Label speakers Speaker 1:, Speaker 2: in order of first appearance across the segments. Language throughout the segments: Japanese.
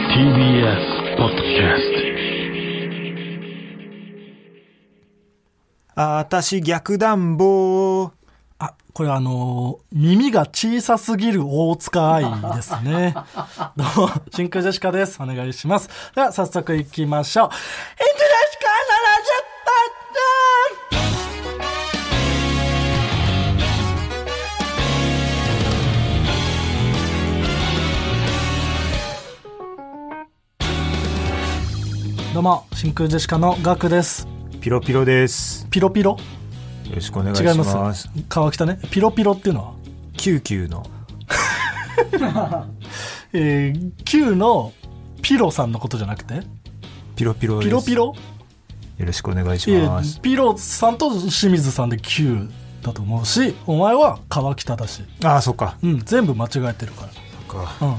Speaker 1: TBS ポッドキャス
Speaker 2: あ、私逆暖房。
Speaker 3: あ、これあのー耳が小さすぎる大塚愛ですね。どうも、真空ジェシカです。お願いします。では、早速行きましょう。インジェシカ70%どうも、真空ジェシカのガクです。
Speaker 2: ピロピロです。
Speaker 3: ピロピロ
Speaker 2: よろしくお願いし
Speaker 3: 違い
Speaker 2: ます。
Speaker 3: ます。川北ね。ピロピロっていうのは
Speaker 2: キューキューの。
Speaker 3: えー、Q のピロさんのことじゃなくて
Speaker 2: ピロピロです。
Speaker 3: ピロピロ
Speaker 2: よろしくお願いし
Speaker 3: いや
Speaker 2: ます。
Speaker 3: ピロさんと清水さんで Q だと思うしお前は川北だし、
Speaker 2: ああ、そっか。
Speaker 3: うん、全部間違えてるか、
Speaker 2: そっから
Speaker 3: うん、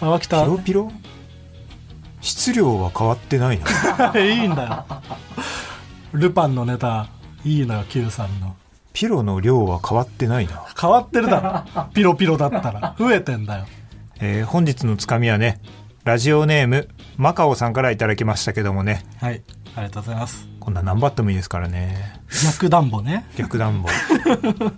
Speaker 3: 川北
Speaker 2: ピロピロ質量は変わって ないな。
Speaker 3: いいんだよルパンのネタいいのよ Q さんの
Speaker 2: ピロの量は変わってないな。
Speaker 3: 変わってるだろピロピロだったら増えてんだよ
Speaker 2: えー本日のつかみはね、ラジオネーム、マカオさんからいただきましたけどもね、
Speaker 3: はいありがとうございます
Speaker 2: こんな何バットもいいですからね。
Speaker 3: 逆暖房ね
Speaker 2: 逆暖 房。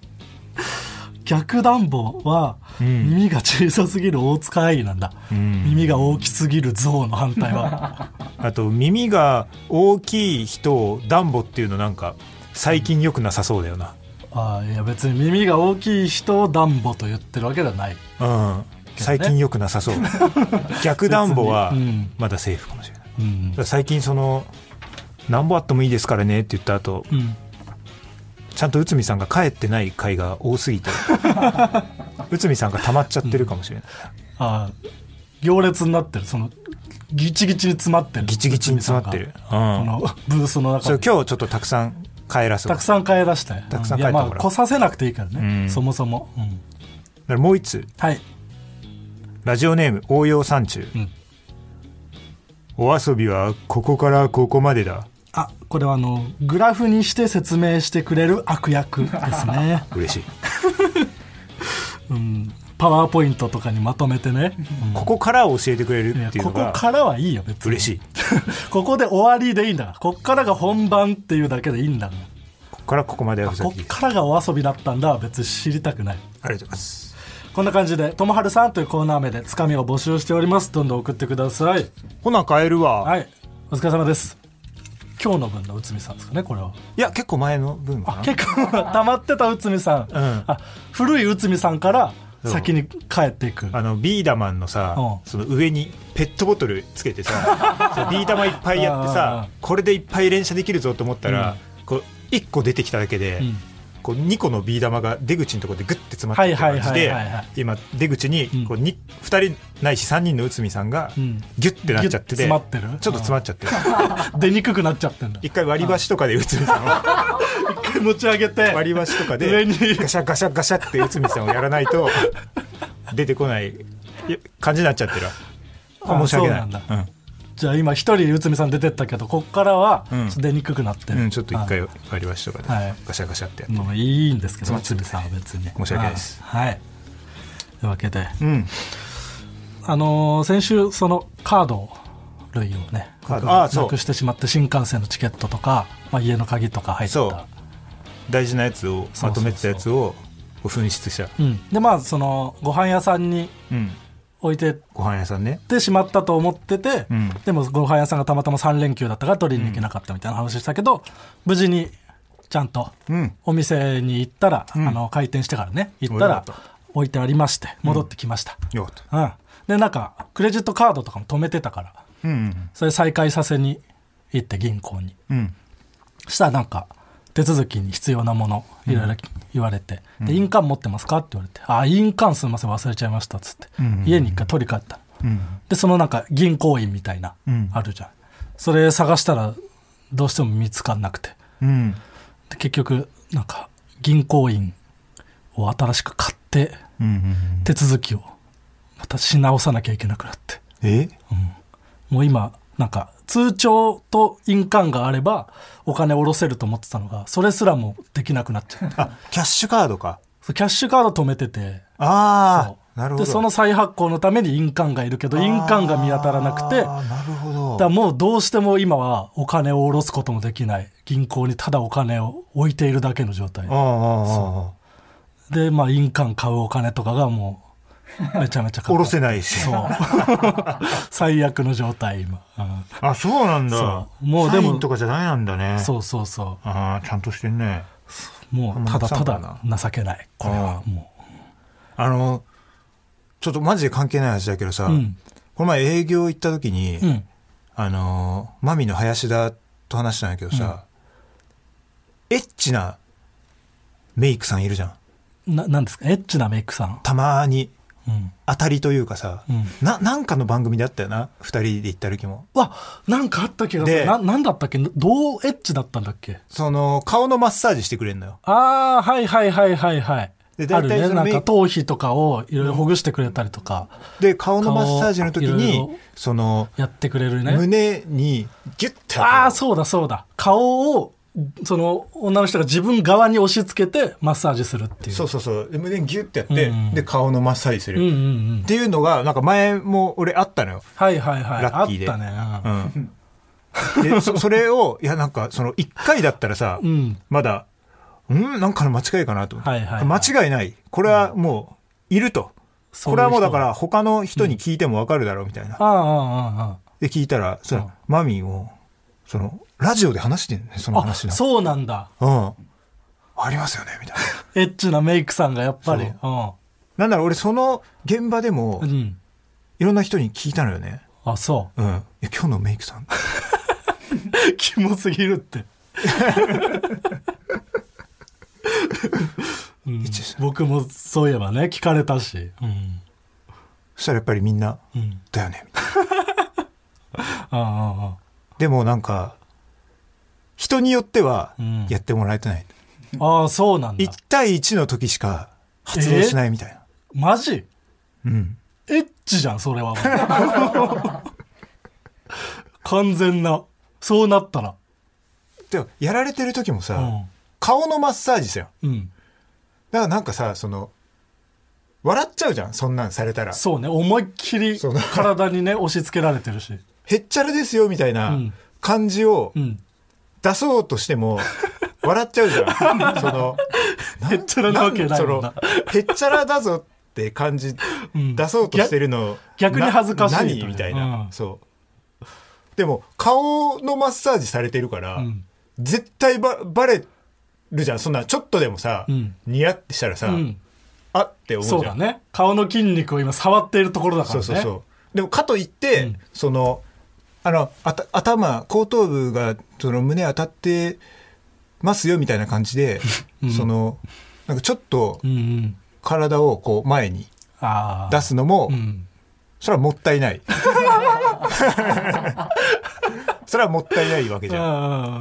Speaker 3: 逆暖房は
Speaker 2: うん
Speaker 3: 耳が小さすぎる大塚愛なんだ、
Speaker 2: うん
Speaker 3: 耳が大きすぎる象の反対 は
Speaker 2: あと、耳が大きい人を暖房っていうのなんか、最近良くなさそうだよな。
Speaker 3: ああいや別に耳が大きい人を暖房と言ってるわけではない
Speaker 2: うん。最近良くな さそう。逆暖房は
Speaker 3: 別にうん、
Speaker 2: まだセーフかもしれない。だか
Speaker 3: うん
Speaker 2: ら最近その、何本あってもいいですからねって言った後、
Speaker 3: うん
Speaker 2: ちゃんと内海さんが帰ってない回が多す ぎて、内海さんが溜まっちゃってるかもしれない。
Speaker 3: ああ行列になってるそのギチギチに詰まってる
Speaker 2: ギチギチに詰まってる。う
Speaker 3: こ
Speaker 2: ん。
Speaker 3: のブースの
Speaker 2: そう
Speaker 3: 中に
Speaker 2: 今日ちょっとたくさん帰らそう。
Speaker 3: たくさん帰らして
Speaker 2: たくさん帰
Speaker 3: う
Speaker 2: って
Speaker 3: い
Speaker 2: もら
Speaker 3: や
Speaker 2: う
Speaker 3: まあ来させなくていいからね、
Speaker 2: うん
Speaker 3: そもそも、うん
Speaker 2: だからもう一つ、
Speaker 3: はい
Speaker 2: ラジオネーム応用山中。
Speaker 3: うん
Speaker 2: お遊びはここからここまでだ。
Speaker 3: あこれはあのグラフにして説明してくれる悪役で すね
Speaker 2: 嬉しい。
Speaker 3: うん、パワーポイントとかにまとめてね、
Speaker 2: ここからを教えてくれる
Speaker 3: いや
Speaker 2: っていう
Speaker 3: こ
Speaker 2: の
Speaker 3: こ
Speaker 2: が
Speaker 3: からはいいよ別に
Speaker 2: 嬉しい。
Speaker 3: ここで終わりでいいんだからこっからが本番っていうだけでいいんだか
Speaker 2: ここからここまではふ
Speaker 3: ら
Speaker 2: ざ
Speaker 3: こ
Speaker 2: け
Speaker 3: っ
Speaker 2: です。
Speaker 3: からがお遊びだったんだは別に知りたくない
Speaker 2: ありがとうございます。
Speaker 3: こんな感じで「ともはるさん」というコーナー名でつかみを募集しておりますどんどん送ってください
Speaker 2: ほな帰るわ。
Speaker 3: はいお疲れ様です今日の分の内海さんですかねこれはい
Speaker 2: や、結構前の分か
Speaker 3: あ
Speaker 2: な。
Speaker 3: 結構溜まってた内海さん、
Speaker 2: ん
Speaker 3: あ古い内海さんから先に帰っていく
Speaker 2: あの、ビーダマンのさ
Speaker 3: う、ん
Speaker 2: その上にペットボトルつけて さ、そうビー玉いっぱいやって
Speaker 3: あ
Speaker 2: さ
Speaker 3: ー、
Speaker 2: これでいっぱい連射できるぞと思ったら、こう、1個出てきただけで
Speaker 3: うん、
Speaker 2: こう2個のビー玉が出口のところでグッて詰まってる感じ
Speaker 3: はいはいはいはいは
Speaker 2: で
Speaker 3: い
Speaker 2: 今出口にこう 2, 人ないし3人の内海さんが
Speaker 3: うん
Speaker 2: ギュッてなっちゃってて
Speaker 3: ギュッ詰まってる
Speaker 2: ちょっと詰まっちゃってる
Speaker 3: 出にくくなっちゃってんだ
Speaker 2: 一回割り箸とかで内海さんを
Speaker 3: 一回持ち上げて
Speaker 2: 割り箸とかで
Speaker 3: 上に
Speaker 2: ガシャガシャガシャって内海さんをやらないと出てこないいや感じになっちゃってるわこれ申し訳ない
Speaker 3: あそうなん
Speaker 2: うん
Speaker 3: じゃあ今一人内海さん出てったけどこっからは
Speaker 2: うん
Speaker 3: ちょっと出にくくなって
Speaker 2: う
Speaker 3: る、
Speaker 2: ん、ちょっと一回割り箸とかで
Speaker 3: はい
Speaker 2: ガシャガシャってやって、
Speaker 3: もういいんですけど
Speaker 2: 詰まっちゃっ
Speaker 3: 内海さんは別に
Speaker 2: 申し訳ないです
Speaker 3: あはいというわけで
Speaker 2: うん
Speaker 3: あのー先週そのカード類をね
Speaker 2: カード
Speaker 3: 僕は
Speaker 2: あそう
Speaker 3: なくしてしまって新幹線のチケットとか、まあ、家の鍵とか入っ
Speaker 2: そう
Speaker 3: た
Speaker 2: 大事なやつをまとめてたやつをこう紛失した
Speaker 3: う、ん、でまあそのご飯屋さんに
Speaker 2: うん
Speaker 3: 置いてっ
Speaker 2: ご飯屋さんね
Speaker 3: てしまったと思ってて、
Speaker 2: うん
Speaker 3: でもご飯屋さんがたまたま3連休だったから取りに行けなかったみたいな話したけど、無事にちゃんと
Speaker 2: うん
Speaker 3: お店に行ったら、
Speaker 2: ん
Speaker 3: あの開店してからね行った
Speaker 2: よ
Speaker 3: ら
Speaker 2: かっ
Speaker 3: 置いてありまして戻ってきました、
Speaker 2: よかった
Speaker 3: うんでなんかクレジットカードとかも止めてたから
Speaker 2: うん
Speaker 3: それ再開させに行って銀行に
Speaker 2: うん
Speaker 3: したらなんか手続きに必要なものいろいろ言われて、で印鑑持ってますかって言われて「あ印鑑すみません忘れちゃいました」っつって、
Speaker 2: うん
Speaker 3: 家に一回取り帰ったの
Speaker 2: うん
Speaker 3: でそのなんか銀行員みたいな、
Speaker 2: うん
Speaker 3: あるじゃんそれ探したらどうしても見つかんなくて
Speaker 2: うん
Speaker 3: で結局なんか銀行員を新しく買って
Speaker 2: うんうん
Speaker 3: 手続きをまたし直さなきゃいけなくなって
Speaker 2: え
Speaker 3: もう今なんか通帳と印鑑があればお金下ろせると思ってたのがそれす らもできなくなっちゃって
Speaker 2: あキャッシュカードか
Speaker 3: そうキャッシュカード止めてて
Speaker 2: ああなるほど
Speaker 3: でその再発行のために印鑑がいるけど印鑑が見当たらなくて
Speaker 2: あーなるほ
Speaker 3: だから
Speaker 2: ど
Speaker 3: もうどうしても今はお金を下ろすこともできない銀行にただお金を置いているだけの状態
Speaker 2: あ
Speaker 3: で、まあ、印鑑買うお金とかがもうめちゃめちゃかか
Speaker 2: 下
Speaker 3: る
Speaker 2: ろせないし
Speaker 3: そう 最悪の状態今、うん
Speaker 2: あそうなんだ
Speaker 3: そうもうで
Speaker 2: サ
Speaker 3: も
Speaker 2: インとかじゃないなんだね
Speaker 3: そうそうそ
Speaker 2: ああちゃんとしてんね
Speaker 3: うもうただた
Speaker 2: あんまり
Speaker 3: だ情けないこれはも
Speaker 2: あのちょっとマジで関係ない話だけどさ、
Speaker 3: ううん
Speaker 2: この前営業行った時に、
Speaker 3: うん
Speaker 2: あのーマミの林田と話したんだけどさ、エッチなメイクさんいるじゃん
Speaker 3: ななんですかエッチなメイクさん
Speaker 2: たまに
Speaker 3: うん
Speaker 2: 当たりというかさ、
Speaker 3: うん
Speaker 2: ななんかの番組であったよな2人で行った時も
Speaker 3: わなんかあった気がする
Speaker 2: で
Speaker 3: ななんだったっけどうエッチだったんだっけ
Speaker 2: その顔のマッサージしてくれるのよ
Speaker 3: ああはいはいはいはいはい
Speaker 2: で
Speaker 3: あ
Speaker 2: 大
Speaker 3: る
Speaker 2: 体
Speaker 3: ね
Speaker 2: その
Speaker 3: な
Speaker 2: メ
Speaker 3: ん
Speaker 2: イ
Speaker 3: か頭皮とかをいろいろほぐしてくれたりとか
Speaker 2: で顔のマッサージの時
Speaker 3: 顔い
Speaker 2: に
Speaker 3: ろいろ
Speaker 2: その
Speaker 3: やってくれるね
Speaker 2: 胸にギュッて
Speaker 3: ああそうだそうだ顔をその女の人が自分側に押し付けてマッサージするっていう
Speaker 2: そうそうそうで胸にギュッてやって、
Speaker 3: うんうん
Speaker 2: で顔のマッサージする、
Speaker 3: うんう
Speaker 2: っ
Speaker 3: んうん
Speaker 2: ていうのがなんか前も俺あったのよ
Speaker 3: はいはいはい
Speaker 2: ラッキーで
Speaker 3: あったね
Speaker 2: うんでそそ れをいやなんかその1回だったらさ、
Speaker 3: うん、うん
Speaker 2: まだうんなんかの間違いかなと思って、
Speaker 3: はいはいはい
Speaker 2: 間違いないこれはもういると、
Speaker 3: そ
Speaker 2: これはもうだから
Speaker 3: あ
Speaker 2: 他の人に聞いてもわかるだろうみたいな、
Speaker 3: ああ
Speaker 2: で聞いたらその、
Speaker 3: うん
Speaker 2: マミーをそのラジオで話してるねそ
Speaker 3: ああ
Speaker 2: の
Speaker 3: ああ
Speaker 2: 話な
Speaker 3: そうなんだ
Speaker 2: うんありますよねみたいな
Speaker 3: エッチなメイクさんがやっぱりう
Speaker 2: なんだろう俺その現場でも
Speaker 3: ん、うん、
Speaker 2: いろんな人に聞いたのよね
Speaker 3: あそう
Speaker 2: うんいや今日のメイクさん
Speaker 3: キモすぎるって。うん
Speaker 2: チですね
Speaker 3: 僕もそういえばね聞かれたし、うん
Speaker 2: そしたらやっぱりみんな
Speaker 3: うん、
Speaker 2: だよねみたいな
Speaker 3: あああ
Speaker 2: でもなんか人によっては
Speaker 3: うん
Speaker 2: やってもらえてない、
Speaker 3: あああそうなんだ
Speaker 2: 1対1の時しか発動しないみたいな、
Speaker 3: マジ
Speaker 2: うん
Speaker 3: エッチじゃんそれは もう完全なそうなったら
Speaker 2: でもやられてる時もさ、
Speaker 3: う
Speaker 2: 顔のマッサージですよ
Speaker 3: ん、うん、
Speaker 2: だからなんかさその笑っちゃうじゃんそんなんされたら
Speaker 3: そうね思いっきり
Speaker 2: そうね
Speaker 3: 体にね押し付けられてるし、
Speaker 2: へっちゃらですよみたいうなん感じを
Speaker 3: うん、
Speaker 2: 出そうとして も、笑っちゃうじゃんその
Speaker 3: へっちゃらなわけない
Speaker 2: そ
Speaker 3: もん
Speaker 2: の
Speaker 3: な
Speaker 2: へっちゃらだぞって感じ
Speaker 3: うん
Speaker 2: 出そうとしてるの
Speaker 3: 逆逆に恥ずかしい
Speaker 2: な
Speaker 3: とね
Speaker 2: 何みたいな、
Speaker 3: うん
Speaker 2: そうでも顔のマッサージされてるから、
Speaker 3: うん
Speaker 2: 絶対ばバレるじゃんそんなちょっとでもさ、
Speaker 3: うん
Speaker 2: ニヤってしたらさ、
Speaker 3: うん、
Speaker 2: あって思うじゃん
Speaker 3: そうだね顔の筋肉を今触っているところだから
Speaker 2: そう
Speaker 3: ね
Speaker 2: そうそうでもかといって、
Speaker 3: うん
Speaker 2: そのあのあた頭後頭部がその胸当たってますよみたいな感じで、
Speaker 3: うん
Speaker 2: そのなんかちょっと
Speaker 3: うんうん
Speaker 2: 体をこう前に
Speaker 3: ああ
Speaker 2: 出すのも、
Speaker 3: うん
Speaker 2: それはもったいない それはもったいないわけじゃ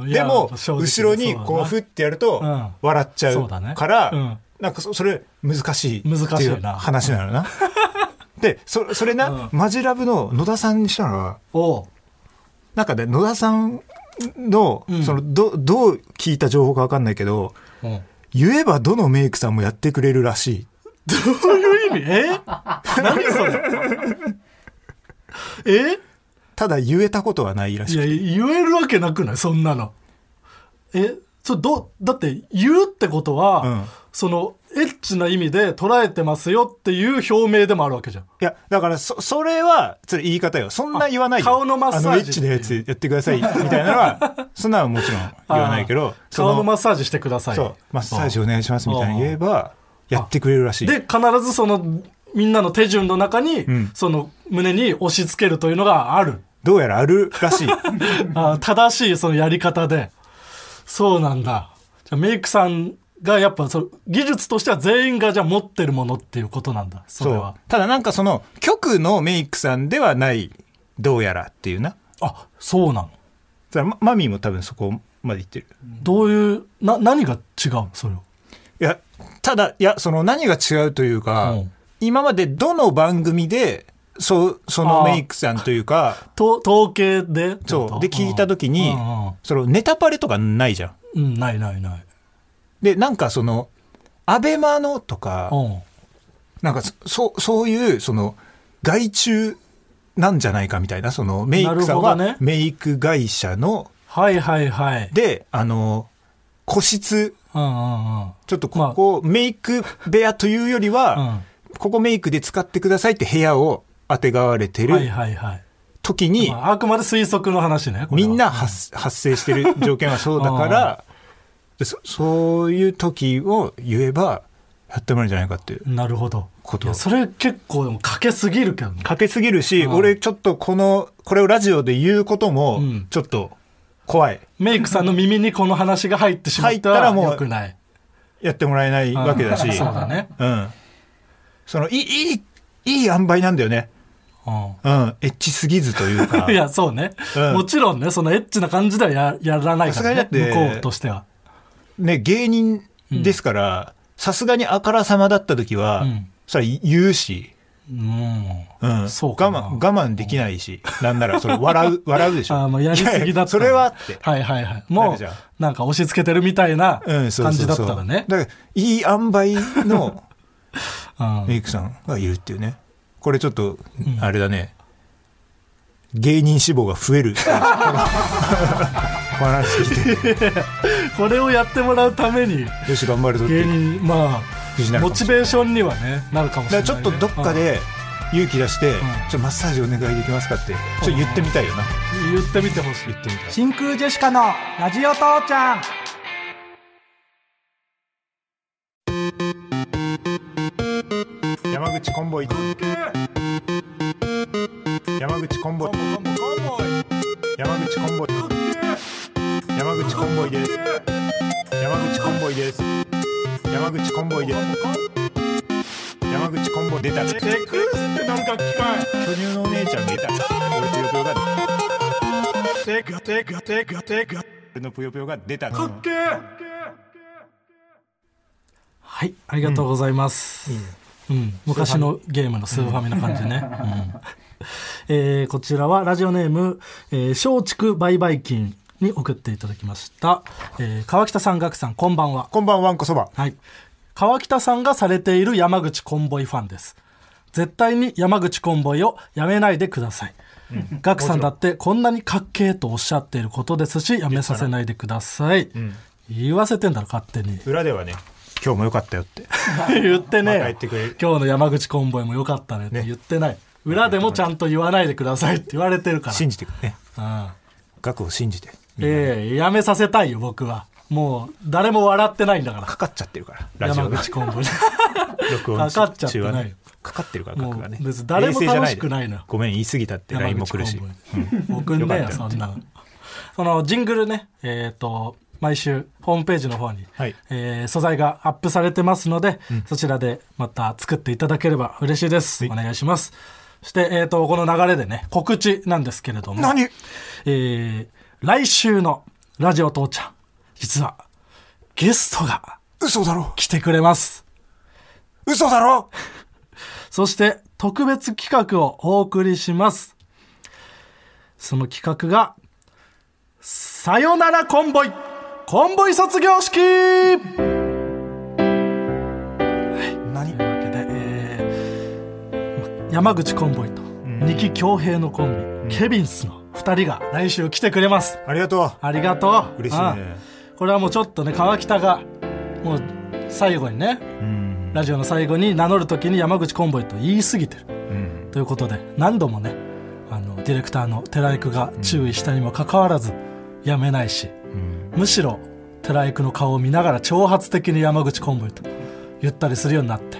Speaker 2: ん
Speaker 3: うんい
Speaker 2: で
Speaker 3: や
Speaker 2: も
Speaker 3: 正直
Speaker 2: 後ろにこう
Speaker 3: そ
Speaker 2: ふ
Speaker 3: う
Speaker 2: ってやると
Speaker 3: うん
Speaker 2: 笑っちゃ
Speaker 3: そううだね
Speaker 2: から、
Speaker 3: うん
Speaker 2: なんかそそれ難しいって
Speaker 3: 難
Speaker 2: い
Speaker 3: し
Speaker 2: う
Speaker 3: いな
Speaker 2: 話なの な。でそそれな、
Speaker 3: う
Speaker 2: マジラブの野田さんにしたのは
Speaker 3: おう
Speaker 2: なんかね野田さんの,、
Speaker 3: うん
Speaker 2: そのどどう聞いた情報か分かんないけど言えばどのメイクさんもやってくれるらしい。
Speaker 3: どういう意味え 何それ
Speaker 2: ただ言えたことはないら
Speaker 3: え
Speaker 2: し
Speaker 3: い
Speaker 2: い。
Speaker 3: や言えるわけなくないそんなのえそれどだって言うってことは、
Speaker 2: うん
Speaker 3: そのエッチな意味で捉えてますよっていう表明でもあるわけじゃん
Speaker 2: いや、だから、そ、それは、それ言い方よ。そんな言わないよ。
Speaker 3: あ顔のマッサージ
Speaker 2: あの、エッチなやつやってください、みたいなの は、そんなのはもちろん言わないけど、そ
Speaker 3: 顔のマ
Speaker 2: ッ
Speaker 3: ッサージしてください
Speaker 2: そう、マッサージお願いします、みたいに言えば、やってくれるらしい。
Speaker 3: で、必ずその、みんなの手順の中に、
Speaker 2: ん
Speaker 3: その、胸に押し付けるというのがある。
Speaker 2: どうやらあるら しい。
Speaker 3: あー正しいそのやり方で。そうなんだ。じゃあメイクさんがやっぱその、技術としては全員がじゃあ持ってるものっていうことなんだ。それ
Speaker 2: そう
Speaker 3: は。。
Speaker 2: ただなんかその、局のメイクさんではない、どうやらっていうな。
Speaker 3: あ、そうなの。
Speaker 2: だからまマミーも多分そこまで言ってる。
Speaker 3: どういう、な、何が違うのそれを。
Speaker 2: いや、ただ、いや、その何が違うというか、
Speaker 3: うん
Speaker 2: 今までどの番組で、そう、そのメイクさんというか、
Speaker 3: と統計でってこと
Speaker 2: そう。で、聞いた時に
Speaker 3: うんうんうん、
Speaker 2: そのネタパレとかないじゃん。
Speaker 3: うん、ないないない。
Speaker 2: で、なんかその、アベマのとか
Speaker 3: う、ん。
Speaker 2: なんかそそうそういうその外注なんじゃないかみたいなそのメイクさん
Speaker 3: なるほどね
Speaker 2: はメイク会社の、
Speaker 3: はいはいはい。
Speaker 2: であの個室
Speaker 3: うんうんうん。
Speaker 2: ちょっとここ、メイク部屋というよりは、
Speaker 3: うん
Speaker 2: ここメイクで使ってくださいって部屋をあてがわれて
Speaker 3: はい
Speaker 2: る
Speaker 3: はいはい。
Speaker 2: 時に、
Speaker 3: まあ、あくまで推測の話ね。これ
Speaker 2: み
Speaker 3: は
Speaker 2: んな発発生してる条件はそうだ から、そそういう時を言えば、やってもらえるんじゃないかっていう
Speaker 3: なるほど。
Speaker 2: こと
Speaker 3: いやそれ結構でもかけすぎるけどね。
Speaker 2: かけすぎるし、
Speaker 3: うん
Speaker 2: 俺ちょっとこの、これをラジオで言うことも
Speaker 3: うん、
Speaker 2: ちょっと怖い。
Speaker 3: メイクさんの耳にこの話が入ってしまった
Speaker 2: 入った
Speaker 3: ら
Speaker 2: らもう
Speaker 3: 良くない。
Speaker 2: やってもらえないわけだし。
Speaker 3: うん そうだね。
Speaker 2: うん。その、いい、いい、いい塩梅なんだよね。
Speaker 3: う
Speaker 2: うん。エッチすぎずというか。
Speaker 3: ん。いや、そうね、
Speaker 2: うん
Speaker 3: もちろんね、そのエッチな感じではややらない
Speaker 2: さ、す
Speaker 3: から、ね
Speaker 2: がにだって
Speaker 3: 向こうとしては。
Speaker 2: ね、芸人ですから、さすがにあからさまだった時は、
Speaker 3: うん
Speaker 2: それは言うし、
Speaker 3: うん。
Speaker 2: うん、
Speaker 3: そうかな
Speaker 2: 我慢、我慢できないし、なんなら、それ笑う、笑うでしょ。
Speaker 3: あーまあやりすぎだった
Speaker 2: いやいやそれはって。
Speaker 3: はいはいはい。
Speaker 2: な
Speaker 3: も
Speaker 2: るじゃん
Speaker 3: う、なんか押し付けてるみたいな
Speaker 2: うん、そうそう
Speaker 3: 感
Speaker 2: そ
Speaker 3: じ
Speaker 2: う
Speaker 3: だったらね。
Speaker 2: だから、いい塩梅の
Speaker 3: うん
Speaker 2: メイクさんがいるっていうね。これちょっと、あれだね。芸人志望が増え る。お話聞いて、
Speaker 3: これをやってもらうために、
Speaker 2: よし、頑張るぞっていう。
Speaker 3: 芸人、ま
Speaker 2: 藤
Speaker 3: あ、
Speaker 2: 波
Speaker 3: モチベーションにはね、なるかもしれ
Speaker 2: だから
Speaker 3: ない、ね。
Speaker 2: ちょっとどっかで勇気出して、ちょっとマッサージお願いできますかって、ちょっと言ってみたいよな。
Speaker 3: うん言ってみてほしい
Speaker 2: 言。ってみたい。
Speaker 3: 真空ジェシカのラジオ父ちゃん
Speaker 2: 山口コンボイ山口コンボイ山口コンボイ山口コンボイです山口コンボイです山口コンボイです山口コンボイ出たセクスってなんか機械巨乳のお姉ちゃん出た俺ぷよぷよがセクセクセクセク俺のぷよぷよが出たかっけ
Speaker 3: はい、ありがとうございます。うん、昔のゲームのスーファミの感じ ね。うんえーこちらはラジオネーム、えー、松竹売買金に送っていただきました。えー川北さん、岳さん、こんばんは。
Speaker 2: こんばんはわんこそば
Speaker 3: はい。川北さんがされている山口コンボイファンです。絶対に山口コンボイをやめないでください。ガクさんだってこんなにかっけえとおっしゃっていることですし、やめさせないでください。言わせてんだろ、勝手に。
Speaker 2: 裏ではね今日も良かったよって
Speaker 3: 言ってねえよ
Speaker 2: また言ってくれる
Speaker 3: 今日の山口コンボイも良かったねって言ってない。裏でもちゃんと言わないでくださいって言われてるから。
Speaker 2: 信じてくれね
Speaker 3: うん
Speaker 2: 額を信じて
Speaker 3: ええやめさせたいよ、僕は。もう、誰も笑ってないんだか
Speaker 2: かかっちゃってるから
Speaker 3: ら。
Speaker 2: ラジオ
Speaker 3: 山
Speaker 2: が
Speaker 3: 口コンボイ。
Speaker 2: 録音
Speaker 3: かかっちゃってない
Speaker 2: 中はねかかってるから
Speaker 3: もう
Speaker 2: 額がね
Speaker 3: 別に誰も
Speaker 2: 冷静じゃ
Speaker 3: 楽
Speaker 2: ない
Speaker 3: しくないのよ
Speaker 2: ごめん言い過ぎたって LINE も来るし
Speaker 3: 山口コンボイ送んねえ
Speaker 2: よ
Speaker 3: よ
Speaker 2: かった
Speaker 3: そ
Speaker 2: よ
Speaker 3: んなのそのジングルねえっ、と毎週ホームページの方に、
Speaker 2: はい
Speaker 3: えー素材がアップされてますので、そちらでまた作っていただければ嬉しいです、お願いしますそして、えー、とこの流れでね告知なんですけれども
Speaker 2: 何
Speaker 3: えー来週の「ラジオ父ちゃん」実はゲストが
Speaker 2: 嘘だろ
Speaker 3: 来てくれます
Speaker 2: 嘘だろ
Speaker 3: そして特別企画をお送りします。その企画が、さよならコンボイコンボイ卒業式というわ
Speaker 2: 何
Speaker 3: けで、えーま山口コンボイと二木恭平のコンビ、ケビンスの二人が来週来てくれます。
Speaker 2: ありがと
Speaker 3: ありがとう。
Speaker 2: 嬉しいね
Speaker 3: ああこれはもうちょっとね、川北が、もう最後にね、
Speaker 2: ううん
Speaker 3: ラジオの最後に名乗るときに山口コンボイと言い過ぎてる。
Speaker 2: うん
Speaker 3: ということで何度もねあのディレクターの寺井君が注意したにもかかわらずやめないし、むしろ寺井君の顔を見ながら挑発的に山口コンボイと言ったりするようになって、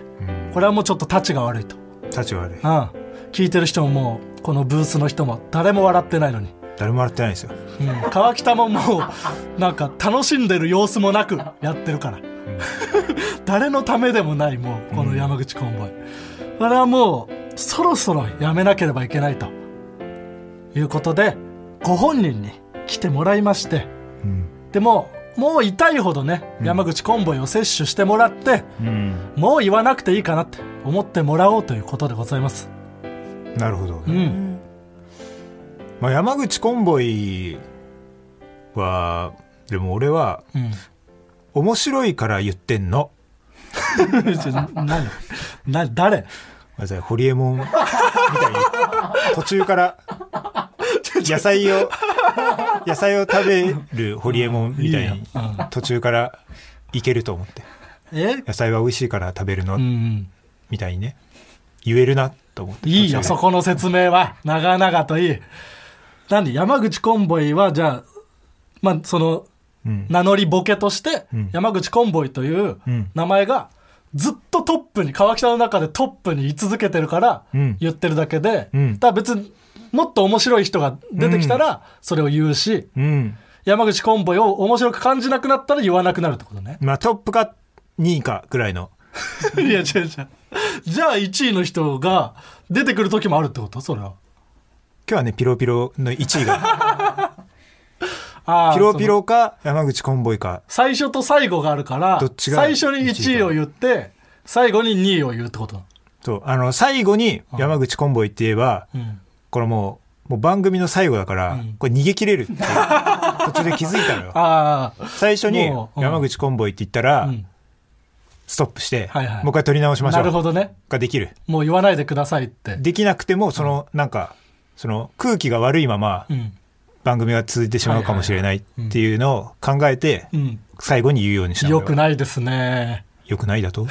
Speaker 3: これはもうちょっとタチが悪いと、うん、
Speaker 2: 立ち悪い
Speaker 3: 聞いてる人ももうこのブースの人も誰も笑ってないのに、
Speaker 2: 誰も笑ってないですよ
Speaker 3: うん、川北ももうなんか楽しんでる様子もなくやってるから、 誰のためでもないもうこの山口コンボイ、これはもうそろそろやめなければいけないということでご本人に来てもらいまして
Speaker 2: うん
Speaker 3: でももう痛いほどね、山口コンボイを摂取してもらって
Speaker 2: うん
Speaker 3: もう言わなくていいかなって思ってもらおうということでございます
Speaker 2: なるほど
Speaker 3: うん
Speaker 2: まあ山口コンボイはでも俺は
Speaker 3: うん
Speaker 2: 面白いから言ってんの
Speaker 3: ちょ何何
Speaker 2: ごめ
Speaker 3: 誰
Speaker 2: んなさい、ホリエモンみたいに、途中から、野菜を、野菜を食べるホリエモンみたいに
Speaker 3: いいようん、
Speaker 2: 途中からいけると思って、
Speaker 3: え
Speaker 2: 野菜は美味しいから食べるの
Speaker 3: う、ん。
Speaker 2: みたいにね、言えるなと思って。
Speaker 3: いいよ、
Speaker 2: 途中で
Speaker 3: そこの説明は。長々といい。何山口コンボイは、じゃあ、まあ、その、
Speaker 2: うん。
Speaker 3: 名乗りボケとして、
Speaker 2: うん
Speaker 3: 山口コンボイという
Speaker 2: うん
Speaker 3: 名前が、ずっとトップに、川北の中でトップに居続けてるから
Speaker 2: うん、
Speaker 3: 言ってるだけで、
Speaker 2: うん
Speaker 3: だから別に、もっと面白い人が出てきたら、それを言うし、
Speaker 2: うん。
Speaker 3: 山口コンボイを面白く感じなくなったら言わなくなるってことね。
Speaker 2: まあ、トップか2位かぐらいの。
Speaker 3: いや、違う違う。じゃあ1位の人が出てくる時もあるってことそれは。
Speaker 2: 今日はね、ピロピロの1位が、
Speaker 3: あー
Speaker 2: ピロピ
Speaker 3: その
Speaker 2: ロか山口コンボイか。
Speaker 3: 最初と最後があるから、
Speaker 2: どっちが
Speaker 3: 最初に1位を言って、最後に2位を言うってこと。
Speaker 2: そう、あの、最後に山口コンボイって言えば、
Speaker 3: うん。
Speaker 2: これもう、もう番組の最後だから、
Speaker 3: うん
Speaker 2: これ逃げ切れるっていう途中で気づいたのよ。
Speaker 3: ああ、
Speaker 2: 最初に
Speaker 3: もううん
Speaker 2: 山口コンボイって言ったら、
Speaker 3: うん。
Speaker 2: ストップして、
Speaker 3: はいはい
Speaker 2: もう一回取り直しましょ
Speaker 3: なる
Speaker 2: う。
Speaker 3: ほどね。
Speaker 2: ができる。
Speaker 3: もう言わないでくださいって。
Speaker 2: できなくても、その、なんか、その空気が悪いまま
Speaker 3: うん。
Speaker 2: 番組が続いてしまうかもしれないっていうのを考えて
Speaker 3: う、ん。
Speaker 2: 最後に言うようにしたの
Speaker 3: 良くないですね。
Speaker 2: よくないだと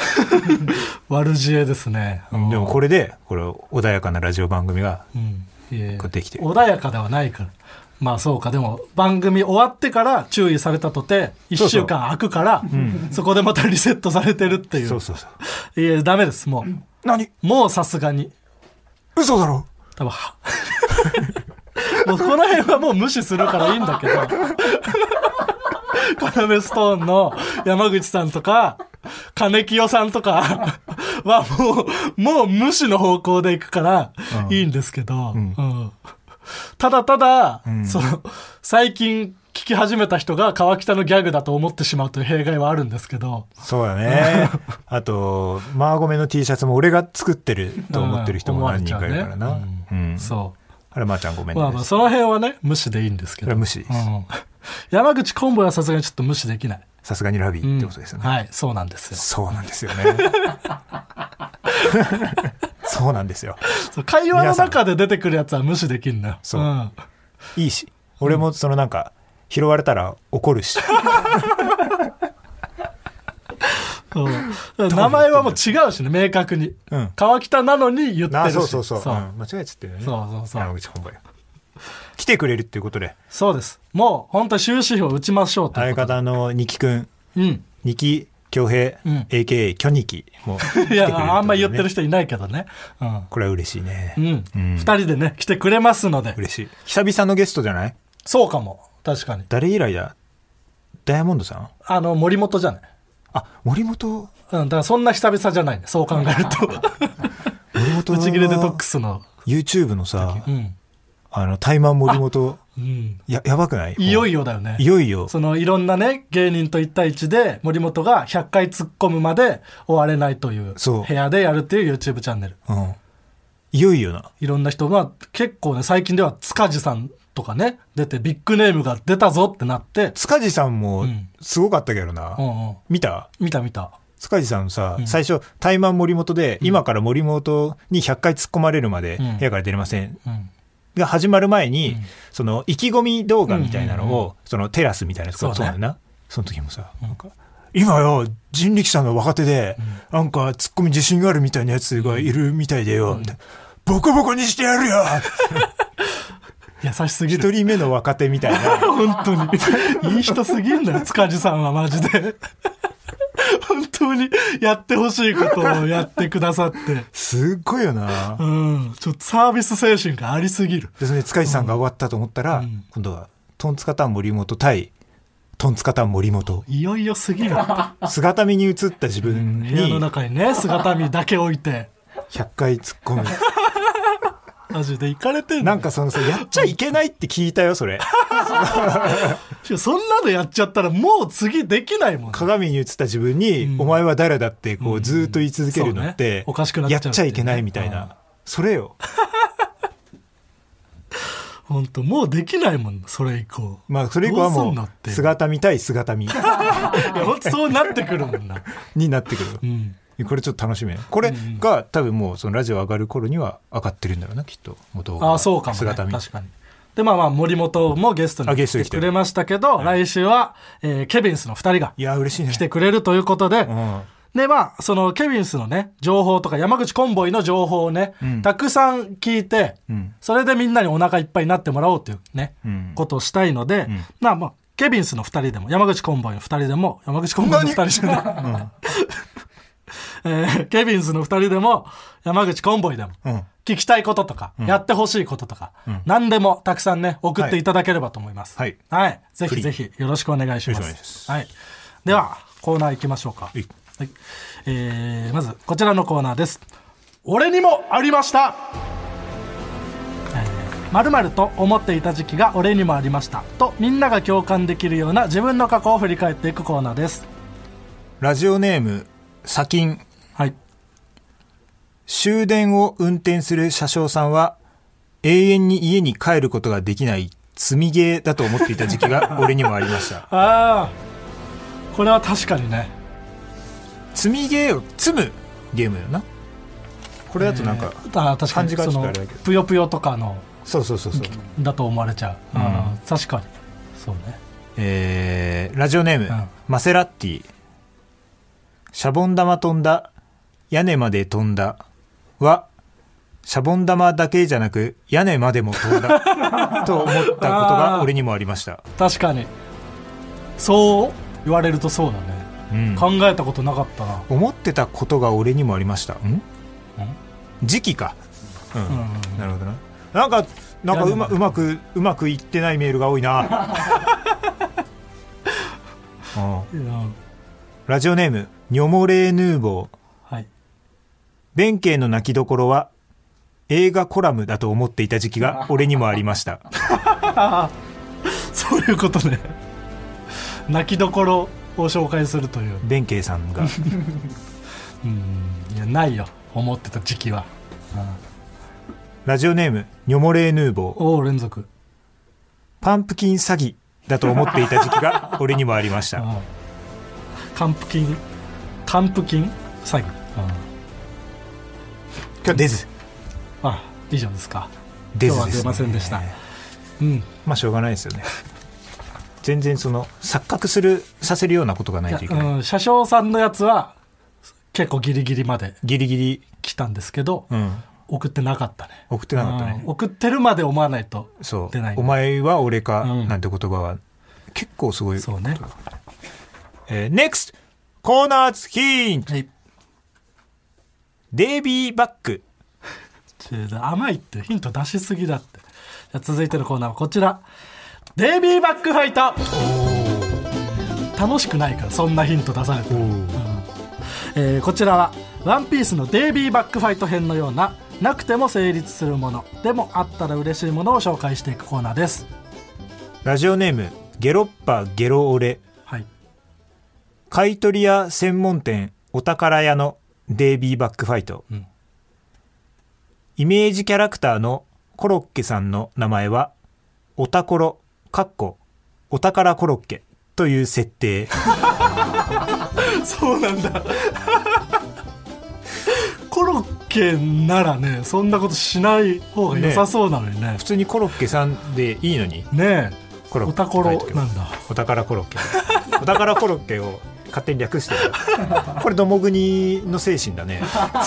Speaker 3: 悪知恵ですね。
Speaker 2: うんでもこれで、これ穏やかなラジオ番組が、
Speaker 3: うん。いえ
Speaker 2: こうできてる
Speaker 3: 穏やかではないから。まあそうか、でも番組終わってから注意されたとて、
Speaker 2: そ
Speaker 3: 1
Speaker 2: うそう
Speaker 3: 週間空くから、そこでまたリセットされてるっていう。
Speaker 2: そうそうそう。
Speaker 3: いえ、ダメです、もう。
Speaker 2: 何
Speaker 3: もうさすがに。
Speaker 2: 嘘だろ
Speaker 3: 多分はもうこの辺はもう無視するからいいんだけど。カナメストーンの山口さんとか、金清さんとかはもう、もう無視の方向で行くから
Speaker 2: うん
Speaker 3: いいんですけど、
Speaker 2: ん
Speaker 3: うんただただ、
Speaker 2: ん
Speaker 3: その、最近聞き始めた人が川北のギャグだと思ってしまうという弊害はあるんですけど、
Speaker 2: そうだ ね。あと、マーゴメの T シャツも俺が作ってると思ってる人も何人かいるから
Speaker 3: うん思
Speaker 2: な
Speaker 3: われち。
Speaker 2: うん。
Speaker 3: そ
Speaker 2: あれ、まーちゃんごめ
Speaker 3: う。
Speaker 2: んね。
Speaker 3: まあまあ、その辺はね、無視でいいんですけ
Speaker 2: それ
Speaker 3: ど
Speaker 2: は。無視です。
Speaker 3: うん、山口コンボイはさすがにちょっと無視できない、
Speaker 2: さすがにラビーってことですよね。
Speaker 3: はいそうなんですよ
Speaker 2: そうなんですよ ね。そうなんですよ。
Speaker 3: そう会話の中で出てくるやつは無視できんのよ
Speaker 2: そうんいいし。俺もそのなんか、拾われたら怒る し。
Speaker 3: そう名前はもう違うしね明確に、
Speaker 2: うん
Speaker 3: 川北なのに言って
Speaker 2: あ
Speaker 3: る
Speaker 2: あ、
Speaker 3: し
Speaker 2: そうそうそう。
Speaker 3: そうう,、
Speaker 2: ん間違えちゃってるよね。
Speaker 3: そうそうそう
Speaker 2: 山口本部よ来てくれるっていうことで、
Speaker 3: そうですもう本当終止符を打ちましょうと
Speaker 2: 相
Speaker 3: いうこと
Speaker 2: 方の二木くん、
Speaker 3: うん
Speaker 2: 二木京平、
Speaker 3: うん
Speaker 2: AKA キョニキも来てくれる
Speaker 3: い
Speaker 2: ってことでね
Speaker 3: やあんま言ってる人いないけどねうん、
Speaker 2: これは嬉しいね。
Speaker 3: うん
Speaker 2: うん
Speaker 3: 2人でね来てくれますので
Speaker 2: 嬉しい。久々のゲストじゃない
Speaker 3: そうかも確かに
Speaker 2: 誰以来だダイヤモンドさん
Speaker 3: あの森本じゃない
Speaker 2: あ、森本、
Speaker 3: うん、だからそんな久々じゃないねそう考える
Speaker 2: 森本
Speaker 3: と打ち切れデトックスの
Speaker 2: YouTube のさ
Speaker 3: う、ん
Speaker 2: あの、タイマン森本、
Speaker 3: うん
Speaker 2: や、やばくない
Speaker 3: いよい
Speaker 2: よ。
Speaker 3: よだよね。
Speaker 2: いよいよ。
Speaker 3: そのいろんなね、芸人と一対一で森本が100回突っ込むまで終われないという
Speaker 2: そう
Speaker 3: 部屋でやるっていう YouTube チャンネル。
Speaker 2: うん。いよいよな。
Speaker 3: いろんな人が結構ね、最近では塚地さんとかね、出てビッグネームが出たぞってなって、
Speaker 2: 塚地さん
Speaker 3: う
Speaker 2: も
Speaker 3: ん、
Speaker 2: すごかったけど
Speaker 3: うん
Speaker 2: な。
Speaker 3: うん。
Speaker 2: 見た
Speaker 3: 見た見た。
Speaker 2: 塚地さんさ
Speaker 3: ん、
Speaker 2: 最初、タイマン森本で、今から森本に100回突っ込まれるまで
Speaker 3: うん、
Speaker 2: 部屋から出れません。
Speaker 3: うん。
Speaker 2: が始まる前に、
Speaker 3: うん
Speaker 2: その意気込み動画みたいなの
Speaker 3: うんう
Speaker 2: を、そのテラスみたいなやつが
Speaker 3: そう
Speaker 2: 撮
Speaker 3: ね
Speaker 2: るんだよなその時もさ、なんか今よ人力さんの若手で、なんかツッコミ自信があるみたいなやつがいるみたいでよ、みたいなボコボコにしてやるよ
Speaker 3: 優しすぎる。
Speaker 2: 一人目の若手みたい な
Speaker 3: 本当に。いい人すぎんだよ、塚地さんはマジで。本当にやってほしいことをやってくださって。
Speaker 2: すっごいよな
Speaker 3: うん。ちょっとサービス精神がありすぎる。
Speaker 2: でそれで塚地さんが終わったと思ったら、
Speaker 3: うん
Speaker 2: 今度はトンツカタン森本対トンツカタン森本
Speaker 3: いよいよすぎる。
Speaker 2: 姿見に映った自分
Speaker 3: 部
Speaker 2: に
Speaker 3: 屋の中にね、姿見だけ置いて。
Speaker 2: 100回突っ込む
Speaker 3: マジで行かれてん
Speaker 2: な
Speaker 3: の
Speaker 2: んかそのさやっちゃいけないって聞いたよそれ
Speaker 3: しかもそんなのやっちゃったらもう次できないもんね。
Speaker 2: 鏡に映った自分に、
Speaker 3: うん
Speaker 2: お前は誰だってこうずーっと言い続けるのっ
Speaker 3: そう
Speaker 2: て、
Speaker 3: ねおかしくなっちゃうっていう
Speaker 2: やっちゃいけないみたいな、
Speaker 3: うん
Speaker 2: それよ
Speaker 3: ほんと、もうできないもん、それ以降。
Speaker 2: まあそれ以降は
Speaker 3: ど
Speaker 2: も
Speaker 3: すんのって
Speaker 2: う姿見対姿見
Speaker 3: いや、ほんとそうなってくるもんな。
Speaker 2: になってくる、
Speaker 3: うん。
Speaker 2: これちょっと楽しみねこれが多分もうそのラジオ上がる頃には上がってるんだろうなきっと元
Speaker 3: ああそうかも、ね、
Speaker 2: 姿見
Speaker 3: 確かにでまあまあ森本もゲスト
Speaker 2: あ
Speaker 3: に
Speaker 2: ゲスト
Speaker 3: 来
Speaker 2: に
Speaker 3: て
Speaker 2: 来て
Speaker 3: くれましたけど、来週は、えーケビンスの2人が
Speaker 2: いや嬉しいね
Speaker 3: 来てくれるということで、
Speaker 2: うん
Speaker 3: でまあそのケビンスのね情報とか山口コンボイの情報をね、
Speaker 2: うん
Speaker 3: たくさん聞いて、
Speaker 2: うん
Speaker 3: それでみんなにお腹いっぱいになってもらおうというね、
Speaker 2: うん
Speaker 3: ことをしたいので、
Speaker 2: ん
Speaker 3: まあまあケビンスの2人でも山口コンボイの2人でも山口コンボイの2人じゃない、 えーケビンスの2人でも山口コンボイでも、
Speaker 2: うん
Speaker 3: 聞きたいこととか、やってほしいこととか、何でもたくさんね送っていただければと思います
Speaker 2: はい
Speaker 3: はい、ぜ
Speaker 2: フリ
Speaker 3: ひ
Speaker 2: ー
Speaker 3: ぜひよろしくお願いし
Speaker 2: よろしくお
Speaker 3: ま
Speaker 2: 願いしますす
Speaker 3: はい、ではコーナー行きましょうか
Speaker 2: い
Speaker 3: はいえーまずこちらのコーナーです俺にもありましたまる、〇〇と思っていた時期が俺にもありましたとみんなが共感できるような自分の過去を振り返っていくコーナーです
Speaker 2: ラジオネーム砂金
Speaker 3: はい
Speaker 2: 終電を運転する車掌さんは永遠に家に帰ることができない積みゲーだと思っていた時期が俺にもありました
Speaker 3: ああこれは確かにね
Speaker 2: 積みゲーを積むゲームだよなこれだとなんか、
Speaker 3: あー確か
Speaker 2: 感
Speaker 3: に
Speaker 2: じがちょっと
Speaker 3: そ
Speaker 2: あ
Speaker 3: の
Speaker 2: れだけど
Speaker 3: ぷよぷよとかの
Speaker 2: そうそうそうそう
Speaker 3: だと思われちゃう、うん確かにそうね
Speaker 2: えーラジオネーム、
Speaker 3: ん
Speaker 2: マセラッティシャボン玉飛んだ屋根まで飛んだはシャボン玉だけじゃなく屋根までも飛ん だと思ったことが俺にもありました、
Speaker 3: 確かにそう言われるとそうだね、
Speaker 2: うん
Speaker 3: 考えたことなかったな
Speaker 2: 思ってたことが俺にもありましたん時期かうん、なるほどななんかなんかうま
Speaker 3: いやでも
Speaker 2: うまくうまくいってないメールが多い なうん
Speaker 3: うん
Speaker 2: ラジオネームニョモレーヌーボー
Speaker 3: はい
Speaker 2: 弁慶の泣きどころは映画コラムだと思っていた時期 が俺にもありました
Speaker 3: そういうことね泣きどころを紹介するという
Speaker 2: 弁慶さんが
Speaker 3: うんいやないよ思ってた時期は
Speaker 2: ラジオネームニョモレーヌーボー
Speaker 3: おお連続
Speaker 2: パンプキン詐欺だと思っていた時期が俺にもありまし
Speaker 3: う
Speaker 2: た
Speaker 3: ん還付金還付金詐欺、うん
Speaker 2: 今日出ず
Speaker 3: あ以上ですか
Speaker 2: 出ずです、ね、
Speaker 3: 今日は出ませんでしたうん
Speaker 2: まあしょうがないですよね全然その錯覚するさせるようなことがないといけない、
Speaker 3: うん、車掌さんのやつは結構ギリギリまで
Speaker 2: ギリギリ、
Speaker 3: 来たんですけど、
Speaker 2: うん、
Speaker 3: 送ってなかったね
Speaker 2: 送ってなかったね、
Speaker 3: うん送ってるまで思わないと
Speaker 2: そう
Speaker 3: 出ない
Speaker 2: お前は俺か」
Speaker 3: うん
Speaker 2: なんて言葉は結構すごい
Speaker 3: そうね
Speaker 2: えー NEXT コーナーズヒント
Speaker 3: はい
Speaker 2: デイビーバック
Speaker 3: ちょ甘いってヒント出しすぎだってじゃあ続いてのコーナーはこちらデイビーバックファイター楽しくないからそんなヒント出されてもえーこちらは「ワンピースのデイビーバックファイト編のようななくても成立するものでもあったら嬉しいものを紹介していくコーナーです
Speaker 2: ラジオネームゲロッパゲロオレ
Speaker 3: はい
Speaker 2: 買い取り屋専門店お宝屋のデイビーバックファイト、
Speaker 3: ん
Speaker 2: イメージキャラクターのコロッケさんの名前はおたころかっこお宝コロッケという設定
Speaker 3: そうなんだ コロッケならねそんなことしない方が良さそうなのにね
Speaker 2: 普通にコロッケさんでいいのに
Speaker 3: ね
Speaker 2: コ
Speaker 3: え
Speaker 2: ロッ
Speaker 3: お
Speaker 2: ケ
Speaker 3: たころ
Speaker 2: って書いて
Speaker 3: な
Speaker 2: ある
Speaker 3: んだ
Speaker 2: お宝コロッケお宝コロッケを勝手に略してるこれどもぐにの精神だね